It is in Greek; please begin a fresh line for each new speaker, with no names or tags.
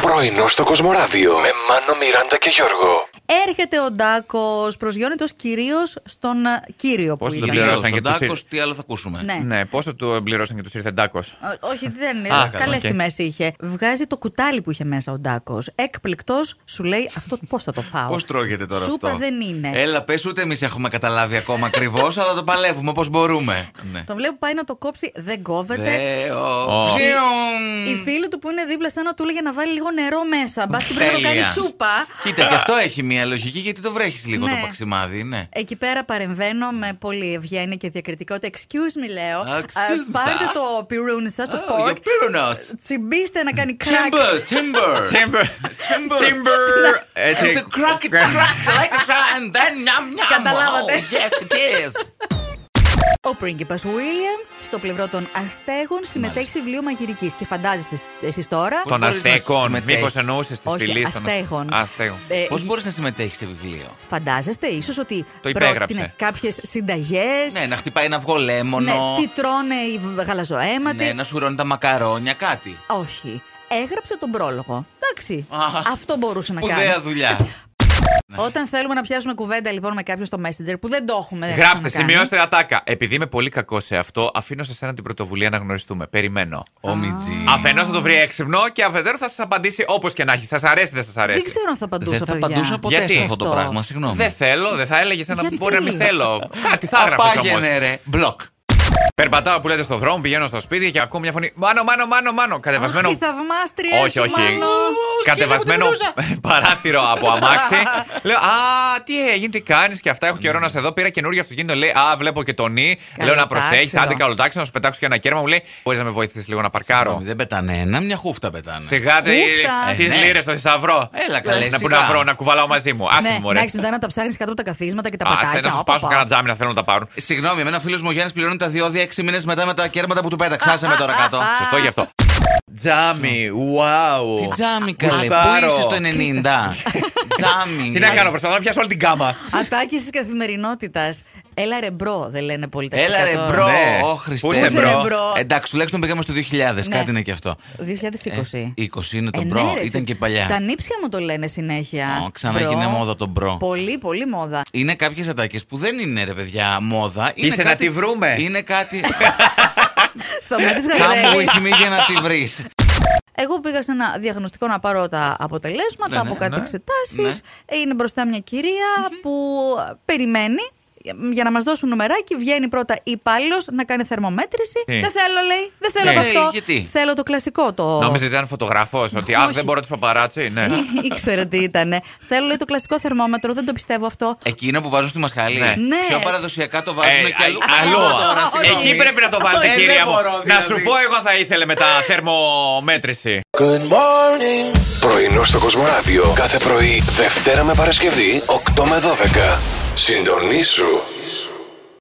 Πρωινό στο Κοσμοράδιο με Μάνο, Μιράντα και Γιώργο.
Έρχεται ο Ντάκος, προσγειώνεται ως κυρίως στον α, κύριο
Πώς
που
τον
ήταν.
πληρώσαν
Στον
και τους
Τάκος,
ήρ-
τι άλλο θα ακούσουμε.
Ναι.
Ναι, πόσο του εμπληρώσαν και τους ήρθε ντάκος.
Ε, Όχι, δεν είναι.
Α,
Καλές
οκ.
τιμές είχε. Βγάζει το κουτάλι που είχε μέσα ο Ντάκος. Έκπληκτος σου λέει αυτό πώς θα το φάω.
Πώς τρώγεται τώρα
Σούπα
αυτό.
δεν είναι.
Έλα, πες ούτε εμείς έχουμε καταλάβει ακόμα ακριβώς, αλλά το παλεύουμε όπως μπορούμε. ναι.
Τον βλέπω πάει να το κόψει, δεν κόβεται.
Δε, ο-
Ο.
Ψιουμ.
Οι φίλοι του που είναι δίπλα, σαν να του έλεγε να βάλει λίγο νερό μέσα. Μπας και πρέπει να το κάνει
Τέλεια.
σούπα.
Κοίτα, και αυτό έχει μία λογική γιατί το βρέχεις λίγο
Ναι.
το παξιμάδι, ναι.
Εκεί πέρα παρεμβαίνω με πολύ ευγένεια και διακριτικότητα. Excuse me, λέω.
Excuse
Ε,
me,
Πάρτε
sir.
το πυρούνι σα, το
Ο
fork.
πύρονος.
Τσιμπήστε να κάνει κράκ.
Oh, Timber, timber.
Timber! Timber! Έτσι.
To crack it, crack like a crack and then yum yum.
Καταλάβατε.
Oh, yes it is.
Ο πρίγκιπας William στο πλευρό των Αστέγων συμμετέχει σε βιβλίο μαγειρικής. Και φαντάζεστε εσείς τώρα.
Πώς
Των
μπορείς να
Αστέκων.
συμμετέχεις.
Μήπως εννοούσες τη
Όχι,
φυλή
αστέγων.
Αστέγων.
ε,
Πώς μπορείς να συμμετέχεις σε βιβλίο.
Φαντάζεστε ίσως ότι
Το υπέγραψε.
κάποιες συνταγές.
Ναι, να χτυπάει ένα αυγό λέμονο.
ε, Ναι, τι τρώνε οι γαλαζοαίματοι.
Ναι, να σουρώνει τα μακαρόνια, κάτι.
Όχι. Έγραψε τον πρόλογο. Εντάξει.
Α, ναι.
Αυτό μπορούσε να κάνει.
Σπουδαία δουλειά.
Όταν θέλουμε να πιάσουμε κουβέντα λοιπόν με κάποιον στο Messenger που δεν ε, το έχουμε. δεν έχουμε
Γράφτε,
κάνει.
σημειώστε ατάκα. Επειδή είμαι πολύ κακό σε αυτό, αφήνω σε σένα την πρωτοβουλία να γνωριστούμε. Περιμένω.
Ο Μιτζή.
Αφενός θα το βρει έξυπνο και αφετέρου θα σας απαντήσει όπως και να έχει. Σας αρέσει, δεν σας αρέσει.
Δεν ξέρω αν θα απαντούσα.
Δεν θα
παιδιά.
απαντούσα ποτέ
Γιατί?
σε αυτό το
Αυτό.
πράγμα, συγγνώμη.
Δεν θέλω, δεν θα έλεγες ένα
Γιατί?
μπορεί να μην θέλω. Κάτι θα έγραφε όμως.
Απάγαινε ρε. Μπλοκ.
Περπατάω που λέτε στον δρόμο, πηγαίνω στο σπίτι και ακούω μια φωνή. Μάνο, μάνο, μάνο, μάνο. Κατεβασμένο.
Όχι, θαυμάστρια.
όχι, όχι.
Μάνο.
Κατεβασμένο παράθυρο από αμάξι. Λέω, Α, τι έγινε, τι κάνεις και αυτά. Έχω καιρό
Ναι.
να σε δω. Πήρα καινούργιο αυτοκίνητο. Λέει, Α, βλέπω και τον νι. Λέω να προσέχει.
Καλοτάξιδο.
Άντε, καλοτάξιδο, να σου πετάξω και ένα κέρμα. Μου λέει, Μπορείς να με βοηθήσεις λίγο να παρκάρω.
Συγγνώμη, Δεν πετάνε ένα, μια χούφτα πετάνε.
Σιγά
Χούφτα.
τι
Ε, ναι.
λίρες στο θησαυρό.
Έλα, καλέ,
Να που
σιγά.
να βρω, να κουβαλάω μαζί μου. Άσε
Ναι,
μου,
να
ρε.
έχεις μετά να τα ψάχνεις κάτω από τα καθίσματα και τα
Άσε
πατάκια.
να σου
Όπα,
σπάσουν
όπα.
κανένα τζάμι να θέλουν να τα πάρουν.
Συγγνώμη, εμένα φίλος μου ο Γιάννης πληρώνει τα διόδια έξι μήνες μετά με τα κέρματα που του πέταξα. Άσε με τώρα κάτω.
Σωστό γι' αυτό. Τζάμι, wow.
Τι τζάμι, καλέ. Πού
Γουστάρω.
είσαι στο 90. Τζάμι.
Τι να κάνω, προσπαθώ να πιάσω όλη την κάμα.
Ατάκη της καθημερινότητας. Έλα ρε μπρο, δεν λένε πολύ τα
Έλα ρε
τώρα.
μπρο,
Ναι.
ο
Πού
Χριστέ.
είσαι, μπρο?
Εντάξει, τουλάχιστον πήγαμε στο 2000, κάτι είναι και αυτό.
2020.
20 είναι το
Ναι. Ε,
μπρο,
ναι, ρε,
ήταν και
Τα
παλιά.
νύψια μου το λένε συνέχεια.
Ω, Ξανά
Μπρο.
έγινε μόδα το μπρο.
Πολύ, πολύ μόδα.
Είναι κάποιες ατάκες που δεν είναι ρε παιδιά μόδα. Είναι
Είσαι να
κάτι-
τη βρούμε.
Είναι κάτι.
Ναι, Σταματήστε
Come
να
with me για να τη βρεις.
Εγώ πήγα σε ένα διαγνωστικό να πάρω τα αποτελέσματα
Ναι,
από
ναι,
κάτι
ναι.
εξετάσεις. Είναι μπροστά μια κυρία που περιμένει για να μας δώσουν νομεράκι. Βγαίνει πρώτα υπάλληλος να κάνει θερμομέτρηση.
Τι?
Δεν θέλω, λέει. Δεν θέλω
Ναι.
από αυτό.
Ε, γιατί?
Θέλω το κλασικό το.
Νόμιζες ότι ήταν φωτογραφός. Ότι αχ,
Όχι.
δεν μπορώ του παπαράτσι. Ναι.
Ήξερε τι ήταν. Θέλω, λέει, το κλασικό θερμόμετρο. Δεν το πιστεύω αυτό.
Εκείνο που βάζουν στη μασχάλη.
Ναι.
Ναι.
Πιο παραδοσιακά το βάζουν
Ε,
και αλλού.
α- αλλού.
Α, τώρα, συγγνώμη.
Εκεί πρέπει να το βάλετε,
Ε,
κυρία
δεν
μου.
μπορώ,
Να
δηλαδή.
σου πω, εγώ θα ήθελε με τα θερμομέτρηση.
Πρωινό στο Κοσμοράδιο κάθε πρωί, Δευτέρα με Παρασκευή, 8 με 12. Συντονίσου.